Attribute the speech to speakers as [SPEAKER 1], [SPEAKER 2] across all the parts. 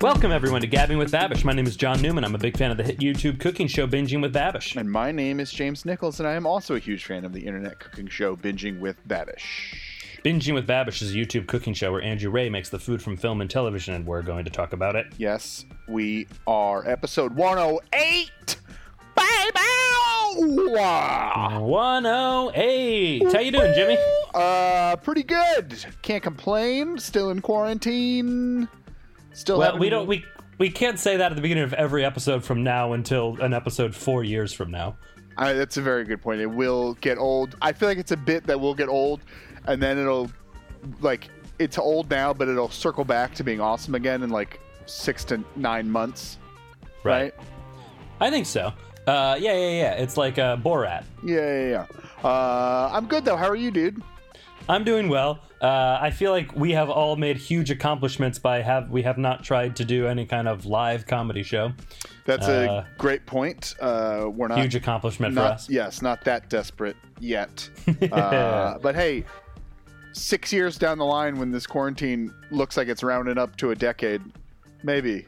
[SPEAKER 1] Welcome, everyone, to Gabbing with Babish. My name is John Newman. I'm a big fan of the hit YouTube cooking show Binging with Babish.
[SPEAKER 2] And my name is James Nichols, and I am also a huge fan of the internet cooking show Binging with Babish.
[SPEAKER 1] Binging with Babish is a YouTube cooking show where Andrew Ray makes the food from film and television, and we're going to talk about it.
[SPEAKER 2] Yes, we are episode 108. Baby!
[SPEAKER 1] 108. How you doing, Jimmy?
[SPEAKER 2] Uh, pretty good. Can't complain. Still in quarantine. Still
[SPEAKER 1] Well,
[SPEAKER 2] haven't-
[SPEAKER 1] we don't we we can't say that at the beginning of every episode from now until an episode four years from now.
[SPEAKER 2] I, that's a very good point. It will get old. I feel like it's a bit that will get old, and then it'll like it's old now, but it'll circle back to being awesome again in like six to nine months, right?
[SPEAKER 1] I think so. Uh, yeah, yeah, yeah. It's like uh, Borat.
[SPEAKER 2] Yeah, yeah, yeah. Uh, I'm good though. How are you, dude?
[SPEAKER 1] I'm doing well. Uh, I feel like we have all made huge accomplishments by have we have not tried to do any kind of live comedy show.
[SPEAKER 2] That's
[SPEAKER 1] Uh,
[SPEAKER 2] a great point. Uh, we're not
[SPEAKER 1] Huge accomplishment for
[SPEAKER 2] not
[SPEAKER 1] us.
[SPEAKER 2] yes, not that desperate yet. uh, but hey, six years down the line, when this quarantine looks like it's rounding up to a decade, maybe,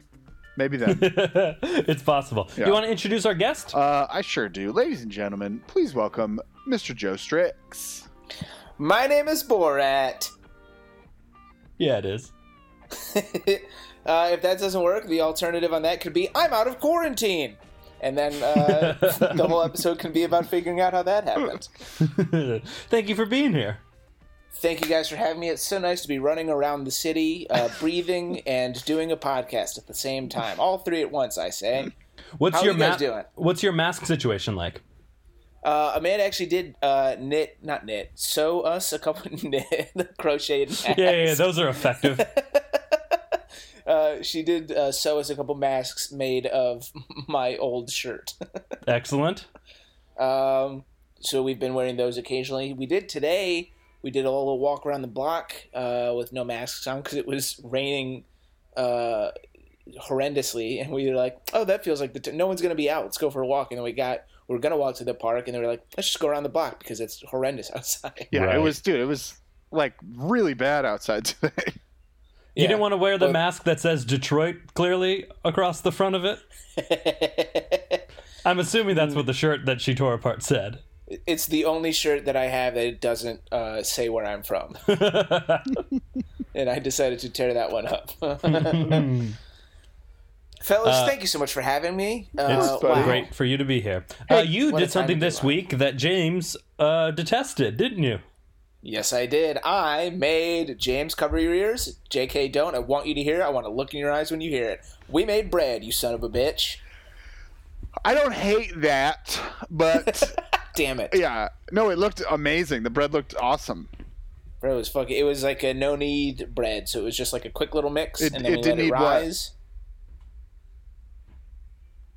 [SPEAKER 2] maybe then.
[SPEAKER 1] it's possible.
[SPEAKER 2] Yeah.
[SPEAKER 1] You want to introduce our guest?
[SPEAKER 2] Uh, I sure do. Ladies and gentlemen, please welcome Mr. Joe Strix.
[SPEAKER 3] My name is Borat.
[SPEAKER 1] yeah, it is.
[SPEAKER 3] uh, if that doesn't work, the alternative on that could be I'm out of quarantine. And then uh, the whole episode can be about figuring out how that happened.
[SPEAKER 1] Thank you for being here.
[SPEAKER 3] Thank you guys for having me. It's so nice to be running around the city, uh, breathing, and doing a podcast at the same time. All three at once, I say.
[SPEAKER 1] What's
[SPEAKER 3] How
[SPEAKER 1] your
[SPEAKER 3] you guys
[SPEAKER 1] ma-
[SPEAKER 3] doing?
[SPEAKER 1] What's your mask situation like?
[SPEAKER 3] Uh, Amanda actually did uh, knit, not knit, sew us a couple knit, crocheted masks.
[SPEAKER 1] Yeah, yeah, yeah, those are effective.
[SPEAKER 3] uh, she did uh, sew us a couple masks made of my old shirt.
[SPEAKER 1] Excellent.
[SPEAKER 3] Um, so we've been wearing those occasionally. We did today. We did a little walk around the block uh, with no masks on because it was raining uh, horrendously, and we were like, "Oh, that feels like the t- no one's gonna be out. Let's go for a walk." And then we got we were gonna walk to the park, and they were like, "Let's just go around the block because it's horrendous outside."
[SPEAKER 2] Yeah,
[SPEAKER 1] Right.
[SPEAKER 2] it was, dude, it was like really bad outside today.
[SPEAKER 1] You didn't want to wear the
[SPEAKER 3] Well-
[SPEAKER 1] mask that says Detroit clearly across the front of it. I'm assuming that's what the shirt that she tore apart said.
[SPEAKER 3] it's the only shirt that I have that it doesn't uh, say where I'm from, and I decided to tear that one up.
[SPEAKER 2] Mm-hmm.
[SPEAKER 3] Fellas,
[SPEAKER 1] Uh,
[SPEAKER 3] thank you so much for having me.
[SPEAKER 1] It's
[SPEAKER 3] Uh,
[SPEAKER 2] Wow.
[SPEAKER 1] great for you to be here. uh,
[SPEAKER 3] Hey,
[SPEAKER 1] you
[SPEAKER 3] what
[SPEAKER 1] did
[SPEAKER 3] a time
[SPEAKER 1] something
[SPEAKER 3] to be
[SPEAKER 1] this
[SPEAKER 3] alive.
[SPEAKER 1] week that James uh, detested, didn't you?
[SPEAKER 3] Yes, I did. I made James cover your ears. JK, don't. I want you to hear it. I want to look in your eyes when you hear it. We made bread, you son of a bitch.
[SPEAKER 2] I don't hate that, but
[SPEAKER 3] Damn it.
[SPEAKER 2] yeah, no, it looked amazing. The bread looked awesome.
[SPEAKER 3] Bro, it was fucking. It was like a no need bread, so it was just like a quick little mix,
[SPEAKER 2] It-
[SPEAKER 3] and then
[SPEAKER 2] it
[SPEAKER 3] we
[SPEAKER 2] didn't
[SPEAKER 3] let it
[SPEAKER 2] need what?
[SPEAKER 3] rise.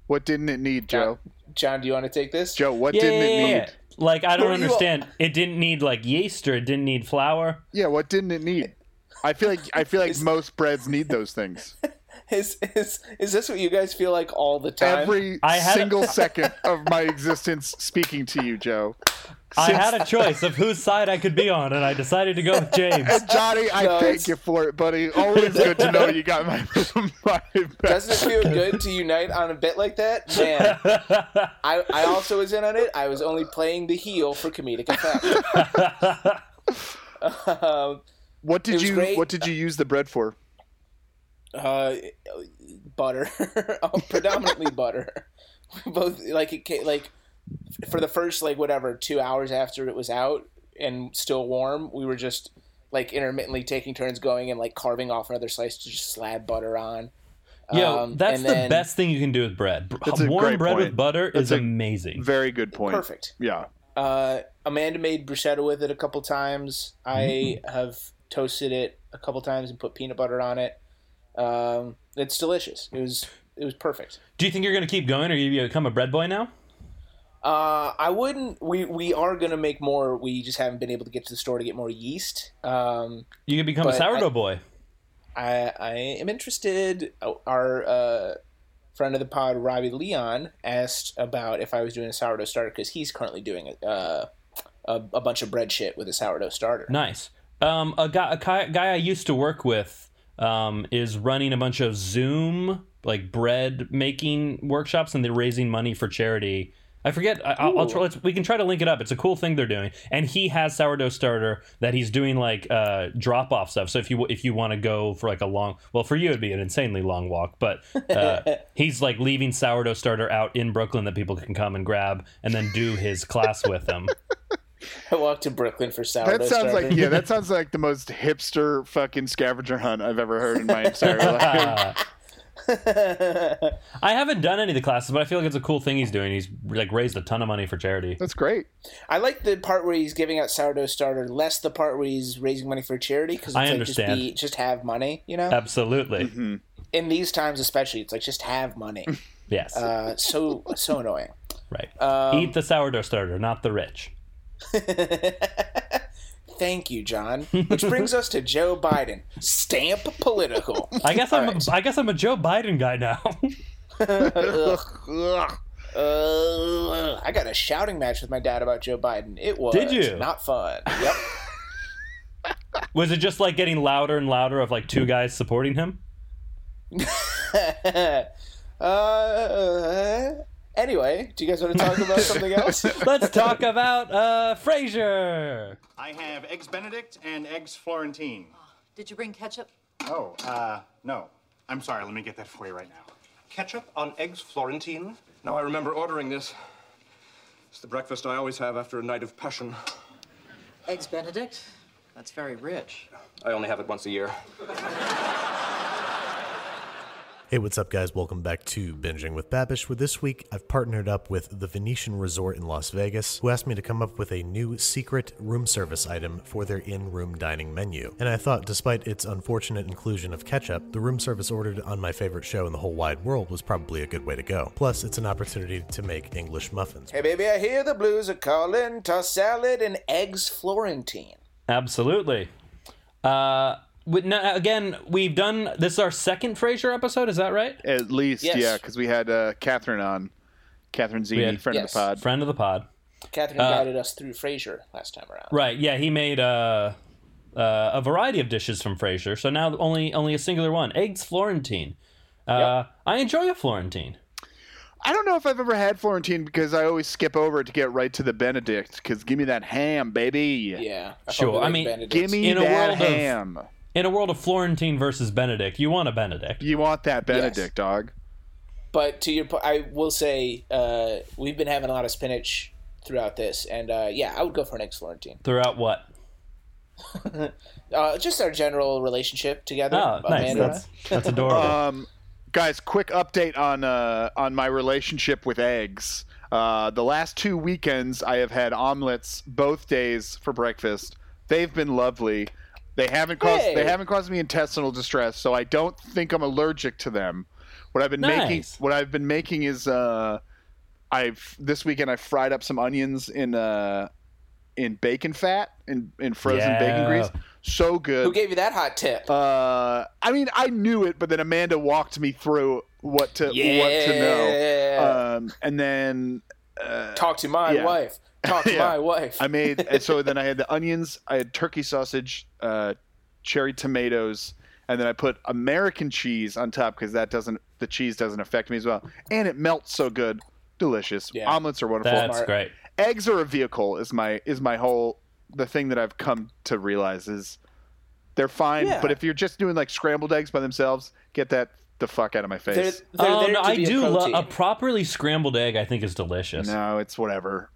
[SPEAKER 2] What didn't it need, Joe?
[SPEAKER 3] John, do you want to take this?
[SPEAKER 2] Joe, what didn't it need?
[SPEAKER 1] Like I don't
[SPEAKER 3] Well, you-
[SPEAKER 1] understand. It didn't need like yeast or it didn't need flour.
[SPEAKER 2] Yeah, what didn't it need? I feel like I feel like most breads need those things.
[SPEAKER 3] Is, is is this what you guys feel like all the time?
[SPEAKER 2] Every
[SPEAKER 1] I had a-
[SPEAKER 2] single second of my existence speaking to you, Joe.
[SPEAKER 1] I had a choice of whose side I could be on, and I decided to go with James.
[SPEAKER 2] And Johnny, I
[SPEAKER 3] No,
[SPEAKER 2] thank
[SPEAKER 3] it's-
[SPEAKER 2] you for it, buddy. Always good to know you got my, my back.
[SPEAKER 3] Doesn't it feel good to unite on a bit like that? Man, I, I also was in on it. I was only playing the heel for comedic effect. um,
[SPEAKER 2] What
[SPEAKER 3] It
[SPEAKER 2] did
[SPEAKER 3] was
[SPEAKER 2] you
[SPEAKER 3] great.
[SPEAKER 2] What did you use the bread for?
[SPEAKER 3] uh, butter, Oh, predominantly butter. We both like it. ca- Like for the first like whatever two hours after it was out and still warm, we were just like intermittently taking turns going and like carving off another slice to just slab butter on.
[SPEAKER 1] Yo,
[SPEAKER 3] Um,
[SPEAKER 1] that's
[SPEAKER 3] and
[SPEAKER 1] the
[SPEAKER 3] then-
[SPEAKER 1] best thing you can do with bread. Br-
[SPEAKER 2] That's a
[SPEAKER 1] Warm
[SPEAKER 2] great
[SPEAKER 1] bread with
[SPEAKER 2] point.
[SPEAKER 1] butter
[SPEAKER 2] That's
[SPEAKER 1] is
[SPEAKER 2] a
[SPEAKER 1] amazing.
[SPEAKER 2] Very good point.
[SPEAKER 3] Perfect.
[SPEAKER 2] Yeah.
[SPEAKER 3] Uh, Amanda made bruschetta with it a couple times. I have toasted it a couple times and put peanut butter on it. Um, it's delicious. It was it was perfect.
[SPEAKER 1] Do you think you're gonna keep going, or you become a bread boy now?
[SPEAKER 3] Uh, I wouldn't. We we are gonna make more. We just haven't been able to get to the store to get more yeast. Um,
[SPEAKER 1] You could become a
[SPEAKER 3] But I-
[SPEAKER 1] sourdough boy.
[SPEAKER 3] I I am interested. Oh, Our uh, friend of the pod, Robbie Leon, asked about if I was doing a sourdough starter because he's currently doing uh, a a bunch of bread shit with a sourdough starter.
[SPEAKER 1] Nice. Um, a guy, a guy, guy I used to work with um, is running a bunch of Zoom like bread making workshops, and they're raising money for charity. I forget. I, I'll, I'll try, let's, we can try to link it up. It's a cool thing they're doing, and he has sourdough starter that he's doing like uh, drop off stuff. So if you if you want to go for like a long, well, for you it'd be an insanely long walk, but uh, he's like leaving sourdough starter out in Brooklyn that people can come and grab and then do his class with them.
[SPEAKER 3] I walked to Brooklyn for sourdough.
[SPEAKER 2] That sounds
[SPEAKER 3] starter.
[SPEAKER 2] like yeah. That sounds like the most hipster fucking scavenger hunt I've ever heard in my entire life.
[SPEAKER 1] Uh, I haven't done any of the classes, but I feel like it's a cool thing he's doing. He's like raised a ton of money for charity.
[SPEAKER 2] That's great.
[SPEAKER 3] I like the part where he's giving out sourdough starter, less the part where he's raising money for charity because
[SPEAKER 1] I
[SPEAKER 3] like
[SPEAKER 1] understand.
[SPEAKER 3] just be just have money, you know.
[SPEAKER 1] Absolutely,
[SPEAKER 3] In these times, especially, it's like just have money.
[SPEAKER 1] yes,
[SPEAKER 3] Uh, um, so so annoying.
[SPEAKER 1] right. Eat the sourdough starter, not the rich.
[SPEAKER 3] Thank you, John. Which brings us to Joe Biden. Stamp political.
[SPEAKER 1] I guess I'm
[SPEAKER 3] Alright.
[SPEAKER 1] a, I guess I'm a Joe Biden guy now.
[SPEAKER 3] Ugh. Ugh. I got a shouting match with my dad about Joe Biden. It was
[SPEAKER 1] Did you?
[SPEAKER 3] not fun. Yep.
[SPEAKER 1] Was it just like getting louder and louder of like two guys supporting him?
[SPEAKER 3] uh, anyway, do you guys want to talk about something else?
[SPEAKER 1] Let's talk about uh Frasier.
[SPEAKER 4] I have eggs Benedict and eggs Florentine.
[SPEAKER 5] Did you bring ketchup?
[SPEAKER 4] Oh, uh, no. I'm sorry. Let me get that for you right now.
[SPEAKER 6] Ketchup on eggs Florentine? Now I remember ordering this. It's the breakfast I always have after a night of passion.
[SPEAKER 5] Eggs Benedict? That's very rich.
[SPEAKER 6] I only have it once a year.
[SPEAKER 7] Hey, what's up, guys? Welcome back to Binging with Babish. With this week, I've partnered up with the Venetian Resort in Las Vegas, who asked me to come up with a new secret room service item for their in room dining menu. And I thought, despite its unfortunate inclusion of ketchup, the room service ordered on my favorite show in the whole wide world was probably a good way to go. Plus, it's an opportunity to make English muffins.
[SPEAKER 3] hey, baby, I hear the blues are calling. Toss salad and eggs Florentine.
[SPEAKER 1] Absolutely. Uh with, no, again, we've done this is our second Frasier episode, is that right?
[SPEAKER 2] At least yeah,
[SPEAKER 3] Yes.
[SPEAKER 2] 'cause yeah, because we had uh, Catherine on. Catherine
[SPEAKER 1] had-
[SPEAKER 2] Zini, friend
[SPEAKER 3] Yes.
[SPEAKER 2] of the pod.
[SPEAKER 1] Friend of the pod.
[SPEAKER 3] Catherine guided us through Frasier last time around.
[SPEAKER 1] Uh, Right, yeah, he made uh, uh, a variety of dishes from Frasier, so now only only a singular one. Eggs Florentine. Uh, I enjoy a Florentine.
[SPEAKER 2] I don't know if I've ever had Florentine because I always skip over it to get right to the Benedict. Because give me that ham, baby.
[SPEAKER 3] Yeah. I
[SPEAKER 1] Sure,
[SPEAKER 3] probably
[SPEAKER 1] I
[SPEAKER 3] like
[SPEAKER 1] mean,
[SPEAKER 3] Benedict's.
[SPEAKER 2] Give me
[SPEAKER 1] In a
[SPEAKER 2] that
[SPEAKER 1] world of-
[SPEAKER 2] ham.
[SPEAKER 1] In a world of Florentine versus Benedict, you want a Benedict.
[SPEAKER 2] You want that Benedict, dog?
[SPEAKER 3] But to your point, I will say uh, we've been having a lot of spinach throughout this, and uh, yeah, I would go for an eggs Florentine.
[SPEAKER 1] Throughout what?
[SPEAKER 3] Uh, just our general relationship together.
[SPEAKER 1] Oh, nice.
[SPEAKER 3] Amanda and
[SPEAKER 1] That's, that's adorable.
[SPEAKER 2] Guys, quick update on uh, on my relationship with eggs. Uh, the last two weekends, I have had omelets both days for breakfast. They've been lovely. They haven't caused
[SPEAKER 3] Hey.
[SPEAKER 2] they haven't caused me intestinal distress, so I don't think I'm allergic to them. What I've been making
[SPEAKER 1] Nice.
[SPEAKER 2] what I've been making is uh, I've this weekend I fried up some onions in uh, in bacon fat in in frozen
[SPEAKER 1] Yeah.
[SPEAKER 2] bacon grease. So good.
[SPEAKER 3] Who gave you that hot tip?
[SPEAKER 2] Uh, I mean, I knew it, but then Amanda walked me through what to what to
[SPEAKER 3] Yeah.
[SPEAKER 2] know, um, and then
[SPEAKER 3] Talk to my
[SPEAKER 2] yeah.
[SPEAKER 3] wife. Talk to
[SPEAKER 2] Yeah.
[SPEAKER 3] my wife.
[SPEAKER 2] I made. and so then I had the onions, I had turkey sausage, uh, cherry tomatoes, and then I put American cheese on top because that doesn't the cheese doesn't affect me as well, and it melts so good, delicious.
[SPEAKER 3] Yeah.
[SPEAKER 2] Omelets are wonderful.
[SPEAKER 1] that's
[SPEAKER 3] Smart.
[SPEAKER 1] great.
[SPEAKER 2] Eggs are a vehicle. Is my is my whole the thing that I've come to realize is they're fine,
[SPEAKER 3] Yeah.
[SPEAKER 2] but if you're just doing like scrambled eggs by themselves, get that the fuck out of my face.
[SPEAKER 3] They're- they're
[SPEAKER 1] Oh
[SPEAKER 3] there
[SPEAKER 1] no,
[SPEAKER 3] to
[SPEAKER 1] I
[SPEAKER 3] be a
[SPEAKER 1] do love
[SPEAKER 3] protein.
[SPEAKER 1] a properly scrambled egg. I think is delicious.
[SPEAKER 2] No, it's whatever.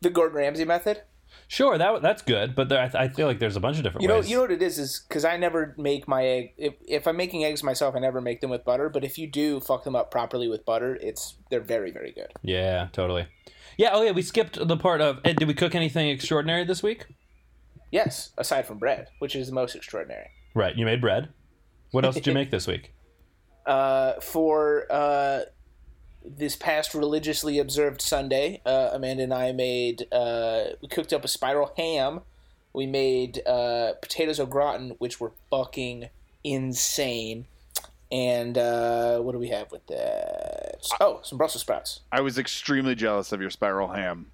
[SPEAKER 3] the Gordon Ramsay method.
[SPEAKER 1] Sure, that that's good, but there, I, I feel like there's a bunch of different
[SPEAKER 3] You know,
[SPEAKER 1] ways.
[SPEAKER 3] you know what it is is because I never make my egg. If, if I'm making eggs myself, I never make them with butter. But if you do fuck them up properly with butter, it's they're very very good.
[SPEAKER 1] yeah, totally. Yeah. Oh yeah, we skipped the part of. eh, Did we cook anything extraordinary this week?
[SPEAKER 3] Yes, aside from bread, which is the most extraordinary.
[SPEAKER 1] Right. You made bread. What else did you make this week?
[SPEAKER 3] Uh, for uh, this past religiously observed Sunday, uh, Amanda and I made uh, we cooked up a spiral ham. We made uh, potatoes au gratin, which were fucking insane. And uh, what do we have with that? Oh, some Brussels sprouts.
[SPEAKER 2] I was extremely jealous of your spiral ham.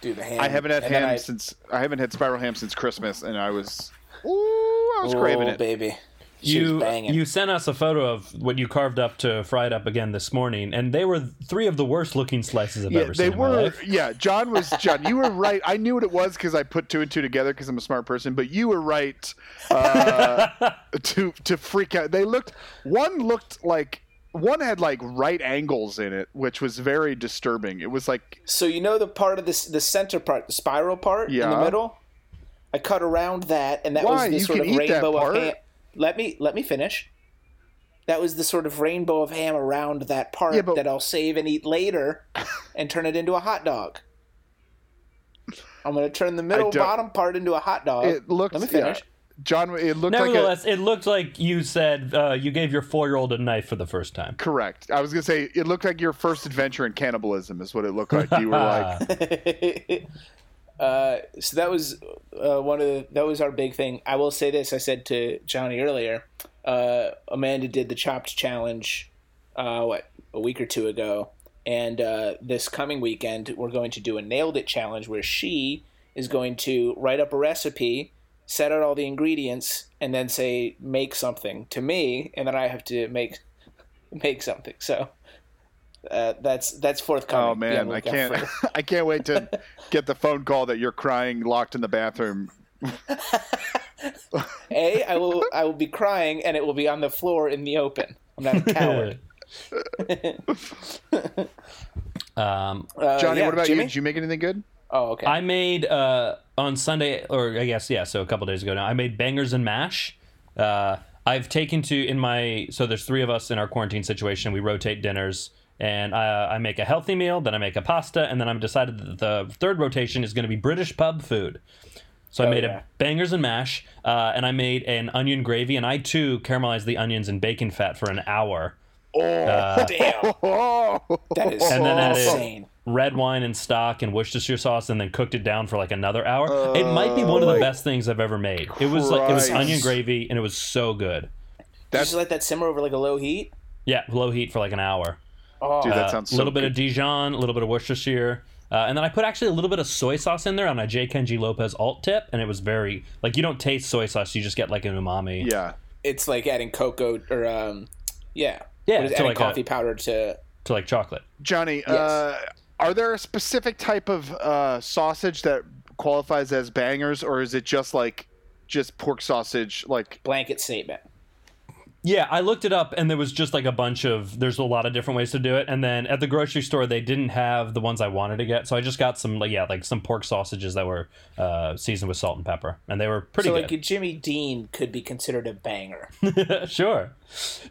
[SPEAKER 3] Dude, the ham.
[SPEAKER 2] I haven't had
[SPEAKER 3] and then
[SPEAKER 2] ham
[SPEAKER 3] I-
[SPEAKER 2] since I haven't had spiral ham since Christmas, and I was, ooh, I was
[SPEAKER 3] Oh,
[SPEAKER 2] craving it.
[SPEAKER 3] baby. She was
[SPEAKER 1] you
[SPEAKER 3] banging.
[SPEAKER 1] you sent us a photo of what you carved up to fry it up again this morning, and they were three of the worst looking slices I've
[SPEAKER 2] Yeah,
[SPEAKER 1] ever
[SPEAKER 2] they
[SPEAKER 1] seen. in my
[SPEAKER 2] were.
[SPEAKER 1] life.
[SPEAKER 2] Yeah, John was John. You were right. I knew what it was because I put two and two together because I'm a smart person. But you were right uh, to to freak out. They looked. One looked like one had like right angles in it, which was very disturbing. It was like
[SPEAKER 3] So you know the part of this, the center part, the spiral part in
[SPEAKER 2] Yeah.
[SPEAKER 3] the middle. I cut around that, and that
[SPEAKER 2] Why?
[SPEAKER 3] was
[SPEAKER 2] You
[SPEAKER 3] this sort
[SPEAKER 2] can
[SPEAKER 3] of
[SPEAKER 2] eat that
[SPEAKER 3] rainbow of
[SPEAKER 2] part.
[SPEAKER 3] ham. Let me let me finish. That was the sort of rainbow of ham around that part
[SPEAKER 2] Yeah, but-
[SPEAKER 3] that I'll save and eat later, and turn it into a hot dog. I'm gonna turn the middle
[SPEAKER 2] don't-
[SPEAKER 3] bottom part into a hot dog.
[SPEAKER 2] it looked.
[SPEAKER 3] Let me
[SPEAKER 2] yeah.
[SPEAKER 3] finish.
[SPEAKER 2] John, it looked like a,
[SPEAKER 1] Nevertheless, it looked like you said uh, you gave your four year old a knife for the first time.
[SPEAKER 2] correct. I was gonna say it looked like your first adventure in cannibalism is what it looked like. You were like,
[SPEAKER 3] uh, so that was uh, one of the, that was our big thing. I will say this: I said to Johnny earlier, uh, Amanda did the Chopped challenge, uh, what a week or two ago, and uh, this coming weekend we're going to do a Nailed It challenge where she is going to write up a recipe, set out all the ingredients, and then say make something to me, and then I have to make make something. So. Uh, that's that's forthcoming.
[SPEAKER 2] oh
[SPEAKER 3] Be
[SPEAKER 2] man,
[SPEAKER 3] on the
[SPEAKER 2] I
[SPEAKER 3] lookout
[SPEAKER 2] can't.
[SPEAKER 3] for it.
[SPEAKER 2] I can't wait to get the phone call that you're crying locked in the bathroom
[SPEAKER 3] A, I will I will be crying and it will be on the floor in the open. I'm not a coward.
[SPEAKER 1] um,
[SPEAKER 3] Uh,
[SPEAKER 2] Johnny,
[SPEAKER 3] yeah,
[SPEAKER 2] what about
[SPEAKER 3] Jimmy?
[SPEAKER 2] you? Did you make anything good?
[SPEAKER 3] Oh, okay.
[SPEAKER 1] I made uh, on Sunday, or I guess yeah, so a couple days ago now. I made bangers and mash. Uh, I've taken to in my so there's three of us in our quarantine situation. We rotate dinners, and I, I make a healthy meal, then I make a pasta, and then I'm decided that the third rotation is going to be British pub food. So I
[SPEAKER 3] Oh,
[SPEAKER 1] made
[SPEAKER 3] yeah.
[SPEAKER 1] a bangers and mash, uh, and I made an onion gravy, and I too caramelized the onions in bacon fat for an hour.
[SPEAKER 3] Damn,
[SPEAKER 2] Oh,
[SPEAKER 3] that is
[SPEAKER 1] uh, And then added
[SPEAKER 3] insane.
[SPEAKER 1] red wine and stock and Worcestershire sauce, and then cooked it down for like another hour. it might be one of the best things I've ever made. It was like it was
[SPEAKER 2] Oh, Christ.
[SPEAKER 1] onion gravy, and it was so good.
[SPEAKER 3] That's... Just let that simmer over like a low heat.
[SPEAKER 1] Yeah, low heat for like an hour.
[SPEAKER 2] dude, that
[SPEAKER 1] A
[SPEAKER 2] sounds so
[SPEAKER 1] little bit
[SPEAKER 2] good.
[SPEAKER 1] of Dijon, a little bit of Worcestershire. Uh, and then I put actually a little bit of soy sauce in there on a J. Kenji Lopez alt tip, and it was very like you don't taste soy sauce, you just get like an umami.
[SPEAKER 2] yeah.
[SPEAKER 3] It's like adding cocoa or um, yeah,
[SPEAKER 1] Yeah,
[SPEAKER 3] What is it,
[SPEAKER 1] to
[SPEAKER 3] adding
[SPEAKER 1] like a-
[SPEAKER 3] coffee powder to.
[SPEAKER 1] to like chocolate.
[SPEAKER 2] Johnny, uh, are there a specific type of uh, sausage that qualifies as bangers, or is it just like just pork sausage? Like,
[SPEAKER 3] Blanket statement.
[SPEAKER 1] Yeah, I looked it up and there was just like a bunch of there's a lot of different ways to do it. And then at the grocery store they didn't have the ones I wanted to get, so I just got some like yeah, like some pork sausages that were uh, seasoned with salt and pepper. And they were pretty
[SPEAKER 3] So
[SPEAKER 1] good.
[SPEAKER 3] like a Jimmy Dean could be considered a banger.
[SPEAKER 1] sure.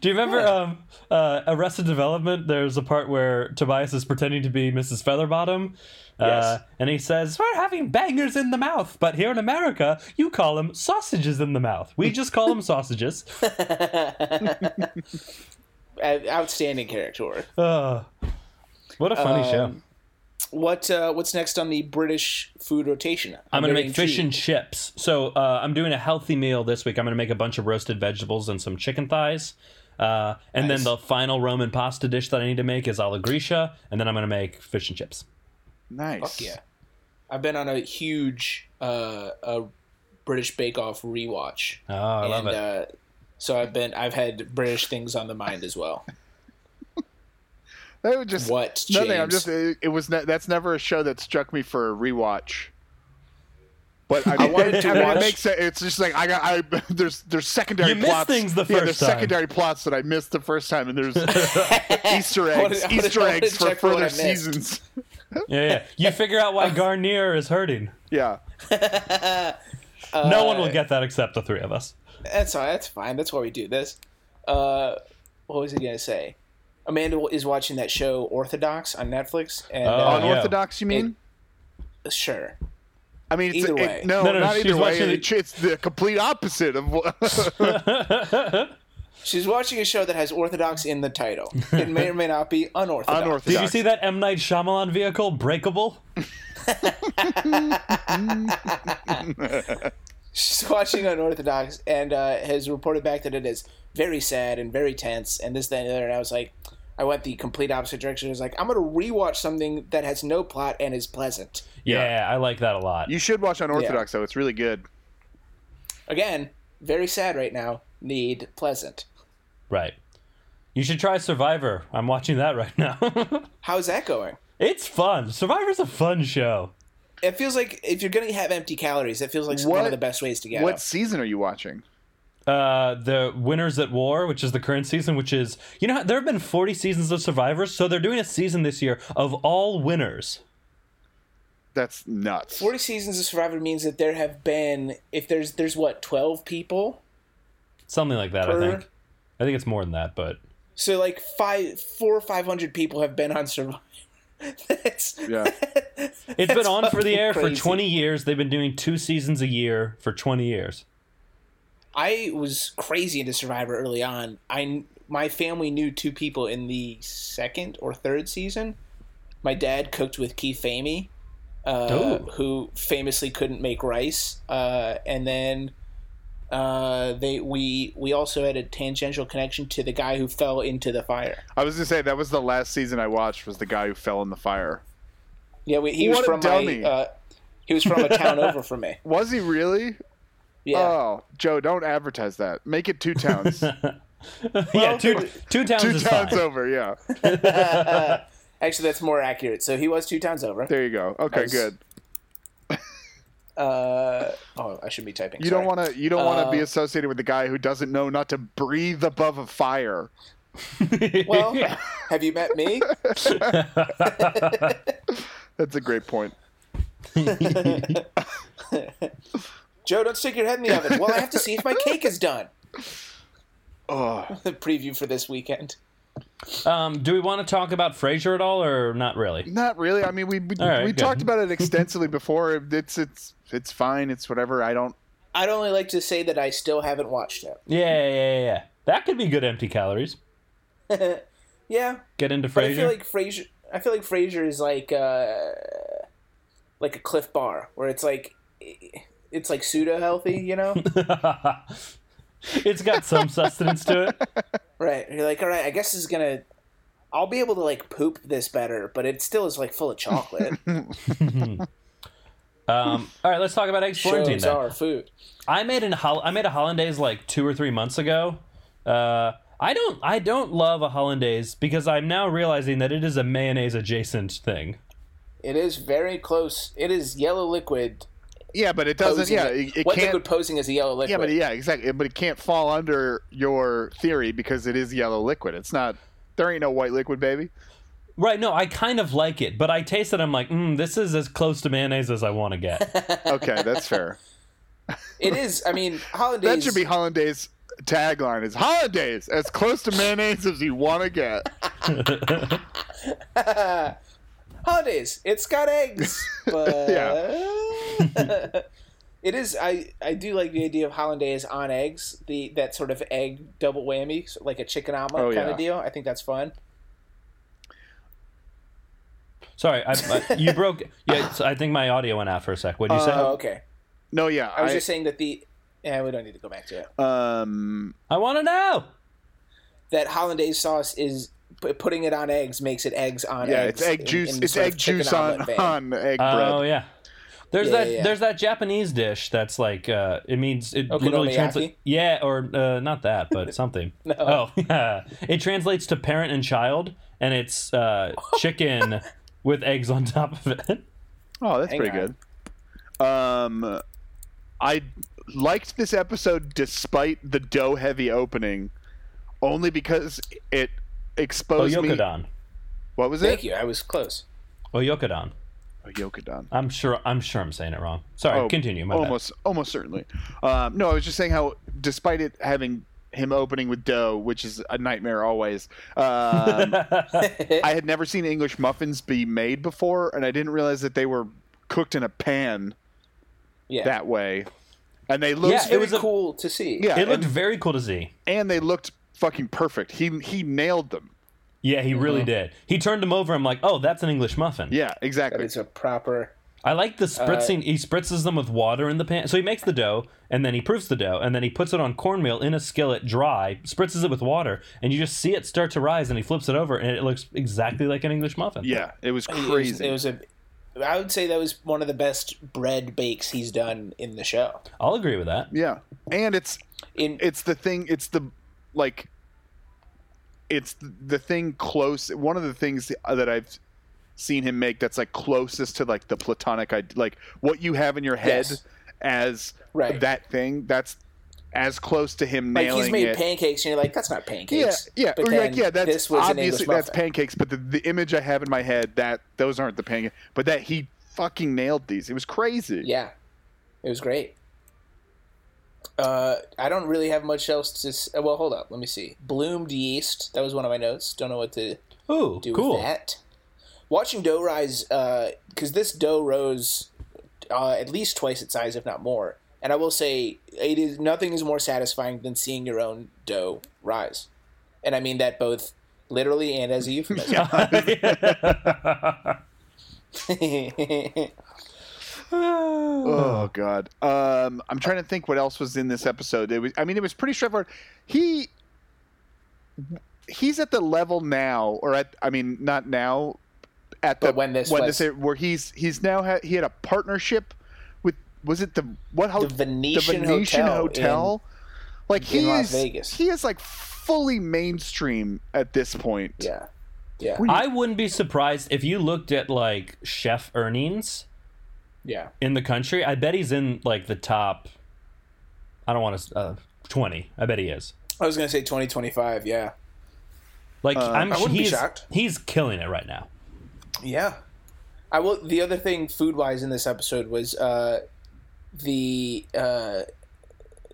[SPEAKER 1] Do you remember um, uh, Arrested Development? There's a part where Tobias is pretending to be Mrs. Featherbottom. Uh,
[SPEAKER 3] Yes.
[SPEAKER 1] and he says, We're having bangers in the mouth, but here in America, you call them sausages in the mouth. We just call them sausages.
[SPEAKER 3] Out- Outstanding character. work.
[SPEAKER 1] Uh, what a funny
[SPEAKER 3] Um,
[SPEAKER 1] show.
[SPEAKER 3] What uh, what's next on the British food rotation?
[SPEAKER 1] I'm gonna
[SPEAKER 3] very
[SPEAKER 1] make fish and
[SPEAKER 3] intrigued.
[SPEAKER 1] chips. So uh, I'm doing a healthy meal this week. I'm gonna make a bunch of roasted vegetables and some chicken thighs. Uh, and then the final Roman pasta dish that I need to make is alla Grecia, and then I'm gonna make fish and chips.
[SPEAKER 2] nice.
[SPEAKER 3] Yeah, I've been on a huge uh, a British Bake Off rewatch,
[SPEAKER 1] Oh, I love
[SPEAKER 3] and
[SPEAKER 1] it.
[SPEAKER 3] uh, so I've been I've had British things on the mind as well.
[SPEAKER 2] That would just
[SPEAKER 3] What,
[SPEAKER 2] nothing. I'm
[SPEAKER 3] James?
[SPEAKER 2] just. It, it was. Ne- that's never a show that struck me for a rewatch. But I, mean,
[SPEAKER 3] wanted to
[SPEAKER 2] I mean,
[SPEAKER 3] watch-
[SPEAKER 2] It makes sense. It's just like I got. I there's there's secondary
[SPEAKER 1] You missed
[SPEAKER 2] plots.
[SPEAKER 1] things the
[SPEAKER 2] yeah,
[SPEAKER 1] first
[SPEAKER 2] there's
[SPEAKER 1] time.
[SPEAKER 2] secondary plots that I missed the first time, and there's Easter
[SPEAKER 3] I wanna-
[SPEAKER 2] eggs.
[SPEAKER 3] I wanna-
[SPEAKER 2] Easter
[SPEAKER 3] I wanna
[SPEAKER 2] eggs for
[SPEAKER 3] check what I
[SPEAKER 2] further
[SPEAKER 3] missed.
[SPEAKER 2] seasons.
[SPEAKER 1] Yeah, yeah. You figure out why Garnier is hurting.
[SPEAKER 2] Yeah.
[SPEAKER 1] no one will get that except the three of us.
[SPEAKER 3] That's all, that's fine. That's why we do this. Uh, what was I gonna say? Amanda is watching that show Orthodox on Netflix, and
[SPEAKER 1] Oh, yeah.
[SPEAKER 3] uh,
[SPEAKER 2] Unorthodox, you mean?
[SPEAKER 3] sure,
[SPEAKER 2] I mean, it's,
[SPEAKER 3] Either way.
[SPEAKER 2] It, no,
[SPEAKER 1] No, no,
[SPEAKER 2] not
[SPEAKER 1] she's
[SPEAKER 2] either way.
[SPEAKER 1] watching
[SPEAKER 2] It- it's the complete opposite of what.
[SPEAKER 3] she's watching a show that has Orthodox in the title. It may or may not be unorthodox.
[SPEAKER 2] unorthodox.
[SPEAKER 1] Did you see that M Night Shyamalan vehicle, Breakable?
[SPEAKER 3] She's watching Unorthodox and uh, has reported back that it is very sad and very tense and this, that, and the other. And I was like, I went the complete opposite direction. I was like, I'm going to rewatch something that has no plot and is pleasant.
[SPEAKER 1] Yeah, I like that a lot.
[SPEAKER 2] You should watch Unorthodox, though. It's really good.
[SPEAKER 3] Again, very sad right now, need pleasant.
[SPEAKER 1] Right. You should try Survivor. I'm watching that right now.
[SPEAKER 3] How's that going?
[SPEAKER 1] it's fun. Survivor's a fun show.
[SPEAKER 3] It feels like if you're going to have empty calories, it feels like one
[SPEAKER 2] What-
[SPEAKER 3] of the best ways to get
[SPEAKER 2] What
[SPEAKER 3] them.
[SPEAKER 2] season are you watching?
[SPEAKER 1] Uh, the Winners at War, which is the current season, which is you know there have been 40 seasons of Survivors, so they're doing a season this year of all winners.
[SPEAKER 2] That's nuts.
[SPEAKER 3] 40 seasons of Survivor means that there have been, if there's, there's what, 12 people?
[SPEAKER 1] Something like that,
[SPEAKER 3] Per-
[SPEAKER 1] I think. I think it's more than that, but
[SPEAKER 3] So like five, four or 500 people have been on Survivor. That's,
[SPEAKER 2] Yeah.
[SPEAKER 1] it's been
[SPEAKER 3] That's
[SPEAKER 1] on for the
[SPEAKER 3] fucking
[SPEAKER 1] air for
[SPEAKER 3] crazy.
[SPEAKER 1] 20 years. They've been doing two seasons a year for 20 years.
[SPEAKER 3] I was crazy into Survivor early on. I my family knew two people in the second or third season. My dad cooked with Keith Famey,
[SPEAKER 2] Oh.
[SPEAKER 3] uh,
[SPEAKER 1] Ooh.
[SPEAKER 3] who famously couldn't make rice, uh, and then uh, they we we also had a tangential connection to the guy who fell into the fire.
[SPEAKER 2] I was gonna say that was the last season I watched was the guy who fell in the fire.
[SPEAKER 3] Yeah, we, he
[SPEAKER 2] What a
[SPEAKER 3] was from my
[SPEAKER 2] dummy.
[SPEAKER 3] uh, he was from a town over from me.
[SPEAKER 2] Was he really?
[SPEAKER 3] Yeah,
[SPEAKER 2] Oh, Joe, don't advertise that. Make it two towns. two
[SPEAKER 1] yeah, two two towns is
[SPEAKER 2] towns
[SPEAKER 1] fine.
[SPEAKER 2] over. Yeah.
[SPEAKER 3] actually, that's more accurate. So he was two towns over.
[SPEAKER 2] There you go. Okay,
[SPEAKER 3] Nice.
[SPEAKER 2] good.
[SPEAKER 3] Uh, oh, I should be typing.
[SPEAKER 2] You
[SPEAKER 3] sorry.
[SPEAKER 2] don't want to. You don't want to be
[SPEAKER 1] Uh,
[SPEAKER 2] associated with the guy who doesn't know not to breathe above a fire.
[SPEAKER 3] Well, have you met me?
[SPEAKER 2] That's a great point.
[SPEAKER 3] Joe, don't stick your head in the oven. Well, I have to see if my cake is done. Oh. the preview for this weekend.
[SPEAKER 1] Um, do we want to talk about Frasier at all, or not really?
[SPEAKER 2] Not really. I mean, we we,
[SPEAKER 1] All right,
[SPEAKER 2] we
[SPEAKER 1] good.
[SPEAKER 2] talked about it extensively before. It's it's it's fine. It's whatever. I don't.
[SPEAKER 3] I'd only like to say that I still haven't watched it.
[SPEAKER 1] Yeah, yeah, yeah, yeah. That could be good empty calories.
[SPEAKER 3] Yeah,
[SPEAKER 1] Get into
[SPEAKER 3] but I feel
[SPEAKER 1] Frasier.
[SPEAKER 3] like Frasier. I feel like Frasier is like uh, like a Cliff Bar, where it's like it's like pseudo healthy, you know?
[SPEAKER 1] it's got some sustenance to it.
[SPEAKER 3] right? You're like, all right, I guess this is gonna. I'll be able to like poop this better, but it still is like full of chocolate.
[SPEAKER 1] Um, all right, let's talk about eggs Florentine
[SPEAKER 3] Shows
[SPEAKER 1] then.
[SPEAKER 3] our food.
[SPEAKER 1] I made an hol- I made a hollandaise like two or three months ago. Uh, I don't I don't love a hollandaise because I'm now realizing that it is a mayonnaise adjacent thing.
[SPEAKER 3] It is very close. It is yellow liquid.
[SPEAKER 2] Yeah, but it doesn't.
[SPEAKER 3] posing
[SPEAKER 2] Yeah,
[SPEAKER 3] as-
[SPEAKER 2] it, it
[SPEAKER 3] wet
[SPEAKER 2] can't.
[SPEAKER 3] liquid posing as a yellow liquid.
[SPEAKER 2] Yeah, but yeah, exactly. But it can't fall under your theory because it is yellow liquid. It's not. There ain't no white liquid, baby.
[SPEAKER 1] Right? No, I kind of like it, but I taste it. I'm like, mm, this is as close to mayonnaise as I want to get.
[SPEAKER 2] Okay, that's fair.
[SPEAKER 3] It is. I mean, hollandaise.
[SPEAKER 2] that should be hollandaise tagline is hollandaise as close to mayonnaise as you want to get.
[SPEAKER 3] hollandaise. It's got eggs, but it is. I I do like the idea of hollandaise on eggs. The that sort of egg double whammy, so like a chicken omelet
[SPEAKER 2] Oh,
[SPEAKER 3] kind
[SPEAKER 2] yeah.
[SPEAKER 3] of deal. I think that's fun.
[SPEAKER 1] Sorry, I, I, you broke. Yeah, so I think my audio went out for a sec. What would you
[SPEAKER 3] oh,
[SPEAKER 1] say?
[SPEAKER 3] okay.
[SPEAKER 2] No, yeah,
[SPEAKER 3] I was
[SPEAKER 2] I,
[SPEAKER 3] just saying that the. Yeah, we don't need to go back to it.
[SPEAKER 2] um,
[SPEAKER 1] I want to know.
[SPEAKER 3] that hollandaise sauce is p- putting it on eggs makes it eggs on
[SPEAKER 2] yeah,
[SPEAKER 3] eggs.
[SPEAKER 2] it's egg
[SPEAKER 3] in-
[SPEAKER 2] juice.
[SPEAKER 3] in the
[SPEAKER 2] it's
[SPEAKER 3] sort of
[SPEAKER 2] egg
[SPEAKER 3] chicken
[SPEAKER 2] juice
[SPEAKER 3] omelet
[SPEAKER 2] on
[SPEAKER 3] vein.
[SPEAKER 2] on egg bread.
[SPEAKER 1] Oh yeah. There's
[SPEAKER 3] Yeah,
[SPEAKER 1] that
[SPEAKER 3] yeah, yeah.
[SPEAKER 1] there's that Japanese dish that's like uh, it means
[SPEAKER 2] Oh,
[SPEAKER 1] it literally
[SPEAKER 3] Okonomiyaki?
[SPEAKER 1] translates yeah or uh, not that but something oh yeah it translates to parent and child and it's uh, chicken with eggs on top of it
[SPEAKER 2] Oh, that's
[SPEAKER 3] Hang
[SPEAKER 2] pretty
[SPEAKER 3] on.
[SPEAKER 2] good. Um, I liked this episode despite the dough heavy opening, only because it
[SPEAKER 1] oh
[SPEAKER 2] exposed me.
[SPEAKER 1] yokodon
[SPEAKER 2] What was
[SPEAKER 3] Thank
[SPEAKER 2] it?
[SPEAKER 3] you. I was close.
[SPEAKER 1] oh yokodon
[SPEAKER 2] Oh, Yokodon.
[SPEAKER 1] I'm sure I'm sure I'm saying it wrong sorry
[SPEAKER 2] Oh,
[SPEAKER 1] continue my bad.
[SPEAKER 2] almost, almost certainly. Um, no, I was just saying how, despite it having him opening with dough, which is a nightmare always. Um, I had never seen English muffins be made before, and I didn't realize that they were cooked in a pan
[SPEAKER 3] Yeah.
[SPEAKER 2] that way. And they looked
[SPEAKER 1] Yeah,
[SPEAKER 3] it
[SPEAKER 1] It
[SPEAKER 3] was
[SPEAKER 1] was a-
[SPEAKER 3] cool to see.
[SPEAKER 2] yeah,
[SPEAKER 1] it looked
[SPEAKER 2] and,
[SPEAKER 1] very cool to see
[SPEAKER 2] and they looked fucking perfect. He he nailed them.
[SPEAKER 1] yeah he
[SPEAKER 2] Uh-huh.
[SPEAKER 1] really did he turned him over I'm like oh that's an English muffin
[SPEAKER 2] Yeah, exactly.
[SPEAKER 3] It's a proper.
[SPEAKER 1] I like the spritzing. he spritzes them with water in the pan. So he makes the dough, and then he proofs the dough, and then he puts it on cornmeal in a skillet, dry, spritzes it with water, and you just see it start to rise. And he flips it over, and it looks exactly like an English muffin.
[SPEAKER 2] yeah, it was
[SPEAKER 3] It was,
[SPEAKER 2] crazy.
[SPEAKER 3] it was a. I would say that was one of the best bread bakes he's done in the show.
[SPEAKER 1] I'll agree with that.
[SPEAKER 2] yeah, and it's
[SPEAKER 3] In
[SPEAKER 2] it's the thing it's the like it's the thing close one of the things that i've seen him make that's like closest to like the platonic idea like what you have in your head
[SPEAKER 3] Yes.
[SPEAKER 2] as
[SPEAKER 3] Right.
[SPEAKER 2] that thing that's as close to him
[SPEAKER 3] like
[SPEAKER 2] nailing
[SPEAKER 3] he's made
[SPEAKER 2] it
[SPEAKER 3] pancakes, and you're like, that's not
[SPEAKER 2] yeah,
[SPEAKER 3] pancakes.
[SPEAKER 2] yeah,
[SPEAKER 3] But
[SPEAKER 2] or you're
[SPEAKER 3] then
[SPEAKER 2] like, yeah. That's
[SPEAKER 3] this was an
[SPEAKER 2] obviously
[SPEAKER 3] English
[SPEAKER 2] that's
[SPEAKER 3] muffin.
[SPEAKER 2] pancakes, but the, the image I have in my head that those aren't the pancakes, but that he fucking nailed these. It was crazy.
[SPEAKER 3] Yeah, it was great. Uh, I don't really have much else to. s- Well, hold up. Let me see. Bloomed yeast. That was one of my notes. Don't know what to
[SPEAKER 1] Ooh,
[SPEAKER 3] do
[SPEAKER 1] cool.
[SPEAKER 3] with that. Watching dough rise, because this dough rose uh, at least twice its size, if not more. And I will say, it is nothing is more satisfying than seeing your own dough rise, and I mean that both literally and as a euphemism.
[SPEAKER 2] Oh god. Um, I'm trying to think what else was in this episode. It was. I mean, it was pretty straightforward. He. He's at the level now, or at I mean, not now, at the
[SPEAKER 3] But when this was-
[SPEAKER 2] where he's he's now ha- he had a partnership with was it the what ho-
[SPEAKER 3] The Venetian Hotel
[SPEAKER 2] like he
[SPEAKER 3] in Las
[SPEAKER 2] is
[SPEAKER 3] Vegas.
[SPEAKER 2] he is like fully mainstream at this point.
[SPEAKER 3] yeah,
[SPEAKER 1] I wouldn't be surprised if you looked at like chef earnings
[SPEAKER 3] yeah.
[SPEAKER 1] in the country. I bet he's in like the top. I don't want to uh, twenty. I bet he is.
[SPEAKER 3] I was gonna say twenty twenty five. Yeah,
[SPEAKER 1] Like I'm.
[SPEAKER 3] Uh, I wouldn't be
[SPEAKER 1] he's,
[SPEAKER 3] shocked.
[SPEAKER 1] he's killing it right now.
[SPEAKER 3] Yeah. I will the other thing food wise in this episode was uh the uh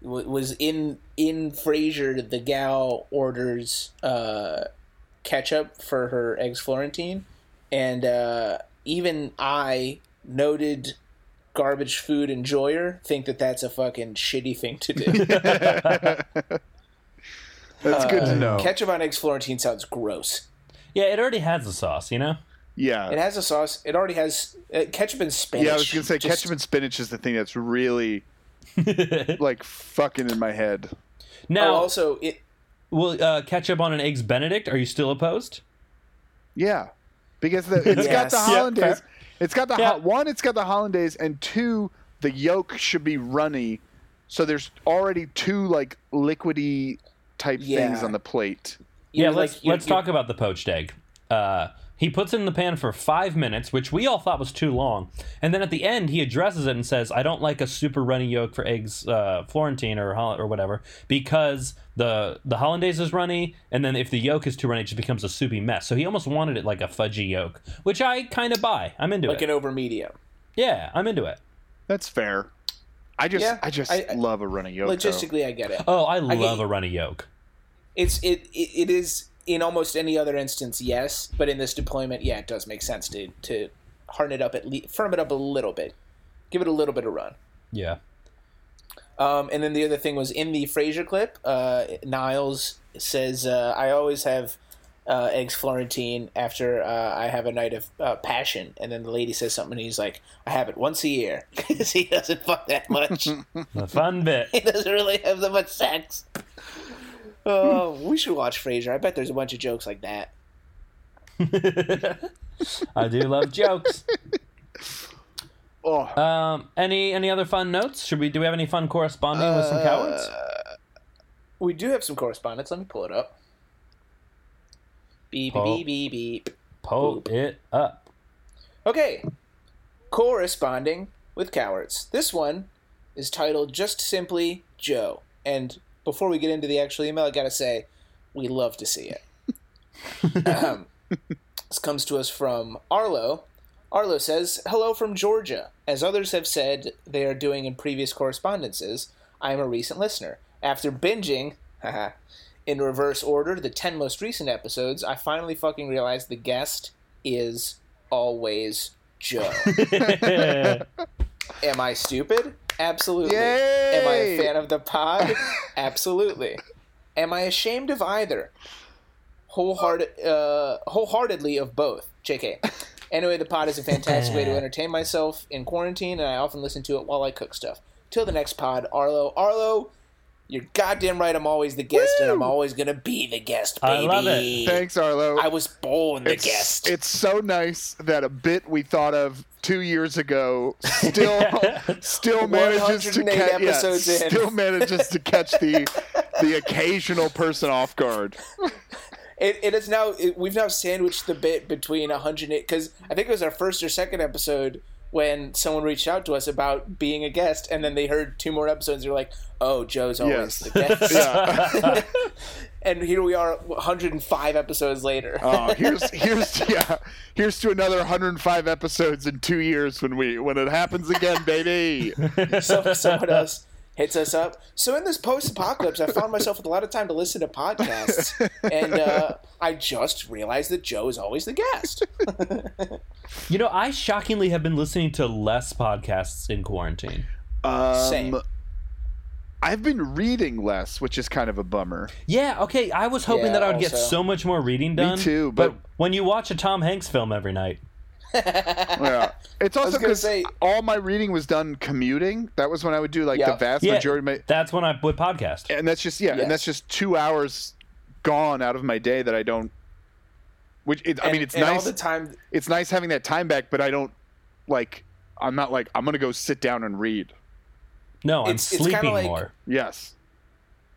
[SPEAKER 3] w- was in in Frasier the gal orders uh ketchup for her eggs Florentine and uh even I noted garbage food enjoyer think that that's a fucking shitty thing to do.
[SPEAKER 2] That's good to know.
[SPEAKER 3] ketchup on eggs Florentine sounds gross.
[SPEAKER 1] Yeah, it already has the sauce. You know.
[SPEAKER 2] yeah,
[SPEAKER 3] It has a sauce. It already has uh, ketchup and spinach.
[SPEAKER 2] Yeah, I was gonna say
[SPEAKER 3] Just-
[SPEAKER 2] ketchup and spinach is the thing that's really like fucking in my head.
[SPEAKER 1] Now,
[SPEAKER 3] Oh, also it
[SPEAKER 1] will uh, ketchup on an eggs Benedict? Are you still opposed?
[SPEAKER 2] Yeah, because the, it's got
[SPEAKER 3] Yes.
[SPEAKER 2] the
[SPEAKER 3] Yeah,
[SPEAKER 2] hollandaise.
[SPEAKER 1] fair.
[SPEAKER 2] it's got the
[SPEAKER 1] Yeah.
[SPEAKER 2] ho- one. It's got the hollandaise, and two, the yolk should be runny. So there's already two like liquidy type things
[SPEAKER 3] Yeah.
[SPEAKER 2] on the plate.
[SPEAKER 1] Yeah,
[SPEAKER 3] know,
[SPEAKER 1] let's
[SPEAKER 3] like, you-
[SPEAKER 1] let's
[SPEAKER 3] you-
[SPEAKER 1] talk about the poached egg. Uh, he puts it in the pan for five minutes, which we all thought was too long, and then at the end he addresses it and says, "I don't like a super runny yolk for eggs uh, Florentine or Holl- or whatever because the the hollandaise is runny, and then if the yolk is too runny, it just becomes a soupy mess." So he almost wanted it like a fudgy yolk, which I kind of buy. I'm into
[SPEAKER 3] like
[SPEAKER 1] it.
[SPEAKER 3] an over medium.
[SPEAKER 1] yeah, I'm into it.
[SPEAKER 2] That's fair. I just
[SPEAKER 3] Yeah,
[SPEAKER 2] I just
[SPEAKER 3] I- I-
[SPEAKER 2] love a runny yolk. though.
[SPEAKER 3] Logistically, I get it.
[SPEAKER 1] Oh, I love
[SPEAKER 3] you.
[SPEAKER 1] a runny yolk.
[SPEAKER 3] It's it, it it is in almost any other instance, yes, but in this deployment, yeah, it does make sense to to harden it up at least, firm it up a little bit, give it a little bit of run.
[SPEAKER 1] Yeah.
[SPEAKER 3] Um, and then the other thing was in the Frasier clip, uh, Niles says, uh, "I always have." Uh, eggs Florentine after uh, I have a night of uh, passion, and then the lady says something, and he's like, "I have it once a year 'Cause he doesn't fuck that much."
[SPEAKER 1] The fun bit.
[SPEAKER 3] he doesn't really have that much sex. Oh, we should watch Frasier. I bet there's a bunch of jokes like that.
[SPEAKER 1] I do love jokes.
[SPEAKER 2] oh,
[SPEAKER 1] Um, any any other fun notes? Should we do we have any fun corresponding with some cowards?
[SPEAKER 2] Uh,
[SPEAKER 3] We do have some correspondence. Let me pull it up. Beep,
[SPEAKER 1] Pull.
[SPEAKER 3] beep, beep, beep.
[SPEAKER 1] Pull it up.
[SPEAKER 3] Okay. Corresponding with cowards. This one is titled just simply Joe. And before we get into the actual email, I gotta say, we love to see it. Ahem. this comes to us from Arlo. Arlo says, Hello from Georgia. As others have said they are doing in previous correspondences, I am a recent listener. After binging, haha, in reverse order, the 10 most recent episodes, I finally fucking realized the guest is always Joe. Am I stupid? Absolutely. Am I
[SPEAKER 2] Yay!
[SPEAKER 3] a fan of the pod? Absolutely. Am I ashamed of either? Wholehearted, uh, wholeheartedly of both. JK. Anyway, the pod is a fantastic way to entertain myself in quarantine, and I often listen to it while I cook stuff. Till the next pod, Arlo. Arlo, You're goddamn right. I'm always the guest, and I'm always gonna be the guest,
[SPEAKER 1] I
[SPEAKER 3] baby.
[SPEAKER 1] love
[SPEAKER 2] Thanks, Arlo.
[SPEAKER 3] I was born the
[SPEAKER 2] it's,
[SPEAKER 3] guest.
[SPEAKER 2] It's so nice that a bit we thought of two years ago still still manages to
[SPEAKER 3] 108
[SPEAKER 2] catch yeah,
[SPEAKER 3] episodes in.
[SPEAKER 2] still manages to catch the the occasional person off guard.
[SPEAKER 3] it, it is now it, we've now sandwiched the bit between 108 because i think it was our first or second episode when someone reached out to us about being a guest and then they heard two more episodes they're like oh joe's always
[SPEAKER 2] Yes.
[SPEAKER 3] the guest
[SPEAKER 2] Yeah.
[SPEAKER 3] and here we are 105 episodes later
[SPEAKER 2] Oh, here's here's yeah. Here's to another 105 episodes in 2 years when we when it happens again, baby.
[SPEAKER 3] so someone else hits us up. So in this post-apocalypse, I found myself with a lot of time to listen to podcasts, and uh, I just realized that Joe is always the guest.
[SPEAKER 1] You know, I shockingly have been listening to less podcasts in quarantine.
[SPEAKER 2] Um,
[SPEAKER 3] Same.
[SPEAKER 2] I've been reading less, which is kind of a bummer.
[SPEAKER 1] Yeah, okay. I was hoping
[SPEAKER 3] Yeah,
[SPEAKER 1] that I would get
[SPEAKER 3] also.
[SPEAKER 1] so much more reading done.
[SPEAKER 2] too, but-
[SPEAKER 1] when you watch a Tom Hanks film every night,
[SPEAKER 2] Yeah. It's also
[SPEAKER 3] gonna
[SPEAKER 2] because
[SPEAKER 3] say-
[SPEAKER 2] all my reading was done commuting. That was when I would do like
[SPEAKER 3] Yeah.
[SPEAKER 2] the vast
[SPEAKER 1] yeah,
[SPEAKER 2] majority of my
[SPEAKER 1] that's when I would podcast.
[SPEAKER 2] and that's just yeah,
[SPEAKER 3] Yes.
[SPEAKER 2] and that's just two hours gone out of my day that I don't. Which it, I mean,
[SPEAKER 3] And-
[SPEAKER 2] it's
[SPEAKER 3] and
[SPEAKER 2] nice.
[SPEAKER 3] all the time.
[SPEAKER 2] it's nice having that time back, but I don't like. I'm not like I'm gonna go sit down and read.
[SPEAKER 1] No, I'm
[SPEAKER 3] It's- it's kinda
[SPEAKER 1] sleeping
[SPEAKER 3] like-
[SPEAKER 1] more.
[SPEAKER 2] Yes,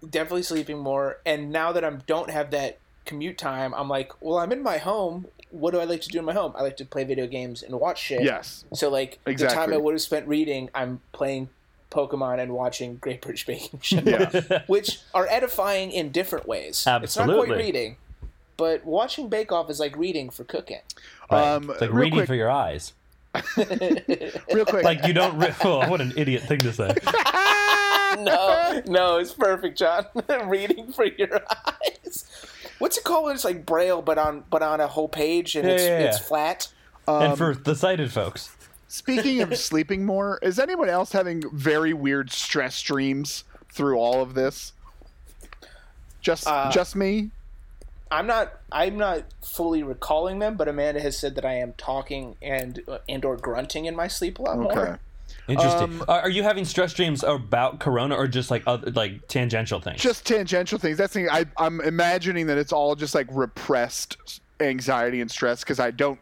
[SPEAKER 3] Definitely sleeping more, and now that I am don't have that commute time, I'm like, well, I'm in my home. What do I like to do in my home? I like to play video games and watch shit.
[SPEAKER 2] yes,
[SPEAKER 3] So like the time
[SPEAKER 2] Exactly.
[SPEAKER 3] I would have spent reading, I'm playing Pokemon and watching Great British Baking Show,
[SPEAKER 2] Yeah.
[SPEAKER 3] which are edifying in different ways. It's not quite
[SPEAKER 1] Absolutely.
[SPEAKER 3] reading, but watching Bake Off is like reading for cooking.
[SPEAKER 1] Right?
[SPEAKER 2] Um,
[SPEAKER 1] it's like
[SPEAKER 2] real
[SPEAKER 1] reading
[SPEAKER 2] quick-
[SPEAKER 1] for your eyes.
[SPEAKER 2] real quick.
[SPEAKER 1] Like you don't. Re- oh, what an idiot thing to say.
[SPEAKER 3] No, no, it's perfect, John. reading for your eyes. What's it called? when It's like Braille, but on but on a whole page, and
[SPEAKER 1] Yeah,
[SPEAKER 3] it's
[SPEAKER 1] yeah, yeah.
[SPEAKER 3] it's flat.
[SPEAKER 1] and for
[SPEAKER 2] Um,
[SPEAKER 1] the sighted folks,
[SPEAKER 2] speaking of sleeping more, is anyone else having very weird stress dreams through all of this? Just,
[SPEAKER 3] Uh,
[SPEAKER 2] just me.
[SPEAKER 3] I'm not I'm not fully recalling them, but Amanda has said that I am talking and uh, and or grunting in my sleep a lot
[SPEAKER 2] Okay.
[SPEAKER 3] more.
[SPEAKER 2] Um,
[SPEAKER 1] interesting. are, are you having stress dreams about Corona or just like other like tangential things?
[SPEAKER 2] just tangential things. That's the, I, I'm imagining that it's all just like repressed anxiety and stress because I don't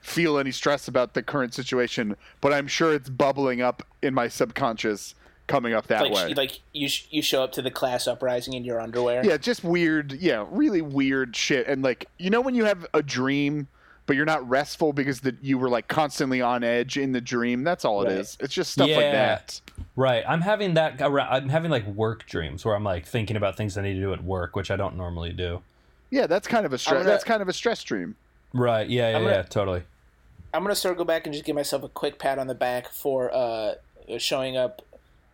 [SPEAKER 2] feel any stress about the current situation, but I'm sure it's bubbling up in my subconscious coming up that
[SPEAKER 3] Like
[SPEAKER 2] way.
[SPEAKER 3] like you sh- you show up to the class uprising in your underwear.
[SPEAKER 2] yeah, just weird. Yeah, really weird shit. And like, you know, when you have a dream, but you're not restful because the, you were like constantly on edge in the dream. That's all
[SPEAKER 3] Right.
[SPEAKER 2] it is. It's just stuff
[SPEAKER 1] Yeah.
[SPEAKER 2] like that.
[SPEAKER 1] Right. I'm having that around. I'm having like work dreams where I'm like thinking about things I need to do at work, which I don't normally do.
[SPEAKER 2] Yeah, that's kind of a stress.
[SPEAKER 3] gonna-
[SPEAKER 2] That's kind of a stress dream.
[SPEAKER 1] Right. Yeah. Yeah.
[SPEAKER 3] gonna-
[SPEAKER 1] yeah totally.
[SPEAKER 3] I'm gonna circle back and just give myself a quick pat on the back for uh, showing up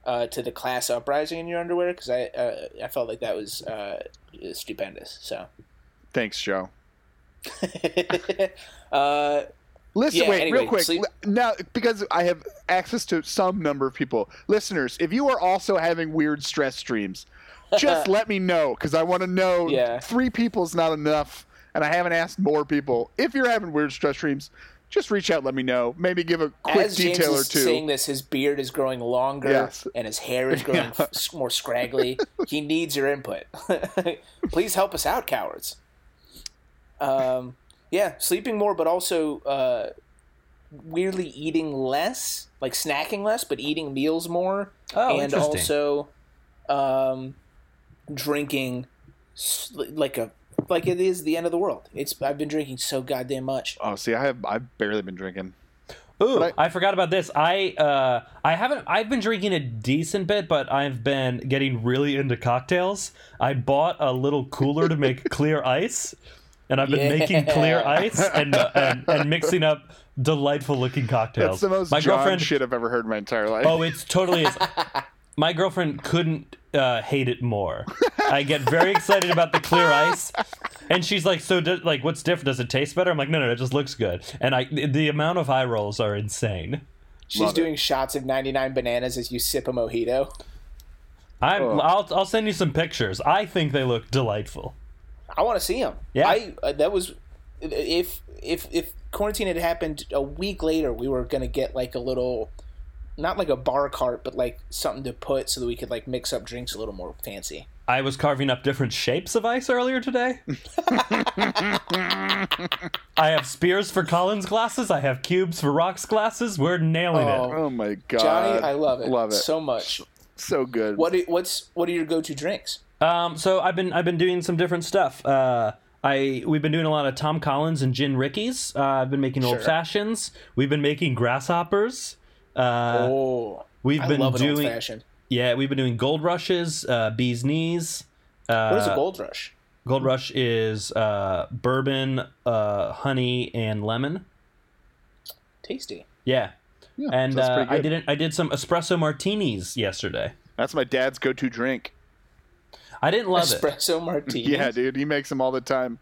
[SPEAKER 3] uh, to the class uprising in your underwear because I uh, I felt like that was uh, stupendous. So
[SPEAKER 2] Thanks, Joe.
[SPEAKER 3] uh,
[SPEAKER 2] Listen,
[SPEAKER 3] Yeah,
[SPEAKER 2] wait,
[SPEAKER 3] anyway,
[SPEAKER 2] real quick.
[SPEAKER 3] sleep-
[SPEAKER 2] Li- Now, because I have access to some number of people, listeners, if you are also having weird stress streams, just let me know because I want to know.
[SPEAKER 3] Yeah.
[SPEAKER 2] Three people is not enough, and I haven't asked more people. If you're having weird stress streams, just reach out, let me know. Maybe give a quick
[SPEAKER 3] as James
[SPEAKER 2] detail
[SPEAKER 3] is
[SPEAKER 2] or two.
[SPEAKER 3] saying this, his beard is growing longer
[SPEAKER 2] Yes.
[SPEAKER 3] and his hair is growing
[SPEAKER 2] Yeah.
[SPEAKER 3] f- more scraggly. he needs your input. Please help us out, cowards. Um, yeah, sleeping more, but also uh, weirdly eating less, like snacking less, but eating meals more,
[SPEAKER 1] Oh,
[SPEAKER 3] and
[SPEAKER 1] interesting.
[SPEAKER 3] also um, drinking s- like a like it is the end of the world. It's I've been drinking so goddamn much.
[SPEAKER 2] oh, see, I have I've barely been drinking.
[SPEAKER 1] Ooh,
[SPEAKER 2] But
[SPEAKER 1] I forgot about this. I uh, I haven't. I've been drinking a decent bit, but I've been getting really into cocktails. I bought a little cooler to make clear ice, and I've been
[SPEAKER 3] Yeah.
[SPEAKER 1] making clear ice and, and and mixing up delightful looking cocktails.
[SPEAKER 2] That's the most
[SPEAKER 1] My
[SPEAKER 2] John
[SPEAKER 1] girlfriend.
[SPEAKER 2] shit I've ever heard in my entire life.
[SPEAKER 1] Oh, it's totally is. My girlfriend couldn't uh, hate it more. I get very excited about the clear ice, and she's like, "So, do, like, what's different? Does it taste better?" I'm like, "No, no, it just looks good." And I, the, the amount of eye rolls are insane.
[SPEAKER 3] She's doing shots of 99 bananas as you sip a mojito.
[SPEAKER 1] I'm, I'll, I'll send you some pictures. I think they look delightful.
[SPEAKER 3] I want to see him.
[SPEAKER 1] Yeah.
[SPEAKER 3] I uh, that was if if if quarantine had happened a week later, we were gonna get like a little not like a bar cart, but like something to put so that we could like mix up drinks a little more fancy.
[SPEAKER 1] I was carving up different shapes of ice earlier today. I have spears for Collins glasses. I have cubes for rocks glasses. We're nailing it.
[SPEAKER 2] Oh my god,
[SPEAKER 3] Johnny,
[SPEAKER 1] Uh,
[SPEAKER 3] I love it.
[SPEAKER 2] Love it
[SPEAKER 3] so much.
[SPEAKER 2] So good.
[SPEAKER 3] What do- what's what are your go to drinks?
[SPEAKER 1] Um, so I've been I've been doing some different stuff. Uh, I we've been doing a lot of Tom Collins and Gin Rickeys. Uh, I've been making old fashions. We've been making grasshoppers. Uh,
[SPEAKER 3] oh,
[SPEAKER 1] we've
[SPEAKER 3] I
[SPEAKER 1] been
[SPEAKER 3] love an old
[SPEAKER 1] doing
[SPEAKER 3] fashioned.
[SPEAKER 1] yeah, we've been doing gold rushes, uh, bees knees. Uh,
[SPEAKER 3] What is a gold rush?
[SPEAKER 1] Gold rush is uh, bourbon, uh, honey, and lemon.
[SPEAKER 3] Tasty.
[SPEAKER 1] Yeah. and
[SPEAKER 2] sounds
[SPEAKER 1] uh,
[SPEAKER 2] pretty
[SPEAKER 1] I
[SPEAKER 2] good.
[SPEAKER 1] didn't. I did some espresso martinis yesterday.
[SPEAKER 2] That's my dad's go-to drink.
[SPEAKER 1] I didn't love it.
[SPEAKER 3] Espresso martini.
[SPEAKER 2] Yeah, dude, he makes them all the time.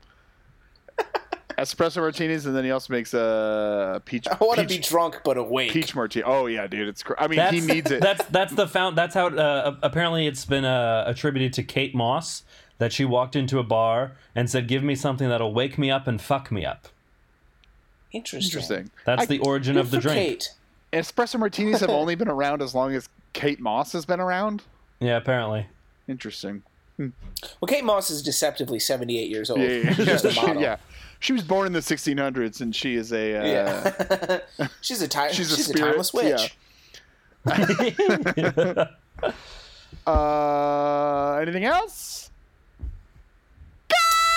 [SPEAKER 2] Espresso martinis, and then he also makes a peach.
[SPEAKER 3] I want to
[SPEAKER 2] peach,
[SPEAKER 3] be drunk but awake.
[SPEAKER 2] peach martini. Oh yeah, dude, it's. Cr- I mean,
[SPEAKER 1] That's,
[SPEAKER 2] he needs it.
[SPEAKER 1] That's that's the found. That's how. Uh, apparently, it's been uh, attributed to Kate Moss that she walked into a bar and said, "Give me something that'll wake me up and fuck me up."
[SPEAKER 3] Interesting.
[SPEAKER 2] Interesting.
[SPEAKER 1] That's
[SPEAKER 2] I-
[SPEAKER 1] the origin
[SPEAKER 3] Good
[SPEAKER 1] of the
[SPEAKER 3] for
[SPEAKER 1] drink.
[SPEAKER 3] Kate.
[SPEAKER 2] Espresso martinis have only been around as long as Kate Moss has been around.
[SPEAKER 1] Yeah, apparently.
[SPEAKER 2] Interesting.
[SPEAKER 3] Well, Kate Moss is deceptively seventy eight years old.
[SPEAKER 2] Yeah, yeah,
[SPEAKER 3] She's
[SPEAKER 2] yeah.
[SPEAKER 3] just a
[SPEAKER 2] She-
[SPEAKER 3] model.
[SPEAKER 2] yeah. She was born in the 1600s, and she is a. Uh,
[SPEAKER 3] Yeah. she's a time.
[SPEAKER 2] She's
[SPEAKER 3] She's
[SPEAKER 2] a
[SPEAKER 3] a,
[SPEAKER 2] spirit,
[SPEAKER 3] timeless witch.
[SPEAKER 2] yeah. uh, anything else?
[SPEAKER 3] Uh,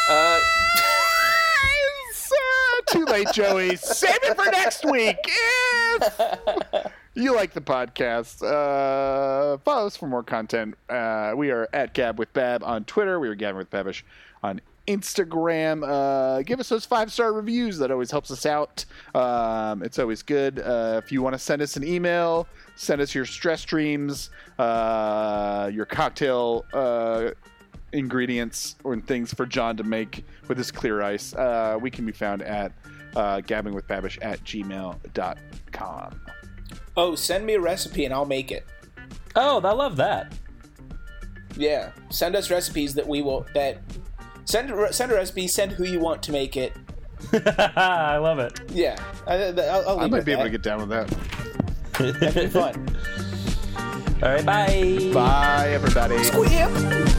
[SPEAKER 2] Guys! Uh, too late, Joey. Save it for next week. If you like the podcast, uh, follow us for more content. Uh, we are at Gab with Bab on Twitter. We are Gabbing with Babish on Instagram. Uh, give us those five star reviews. That always helps us out. Um, it's always good. Uh, if you want to send us an email, send us your stress dreams, uh, your cocktail. Uh, ingredients or things for John to make with his clear ice, uh, we can be found at uh, gabbingwithbabish at gmail.com.
[SPEAKER 3] oh, send me a recipe and I'll make it.
[SPEAKER 1] Oh, I love that.
[SPEAKER 3] Yeah, send us recipes that we will that send a- send a recipe. Send who you want to make it.
[SPEAKER 1] I love it.
[SPEAKER 3] Yeah, I, I, I'll, I'll
[SPEAKER 2] I
[SPEAKER 3] leave it
[SPEAKER 2] might
[SPEAKER 3] at
[SPEAKER 2] be able to get
[SPEAKER 3] that.
[SPEAKER 2] down with that.
[SPEAKER 3] That'd be fun.
[SPEAKER 1] All right, bye.
[SPEAKER 2] Bye, everybody.
[SPEAKER 3] Squib.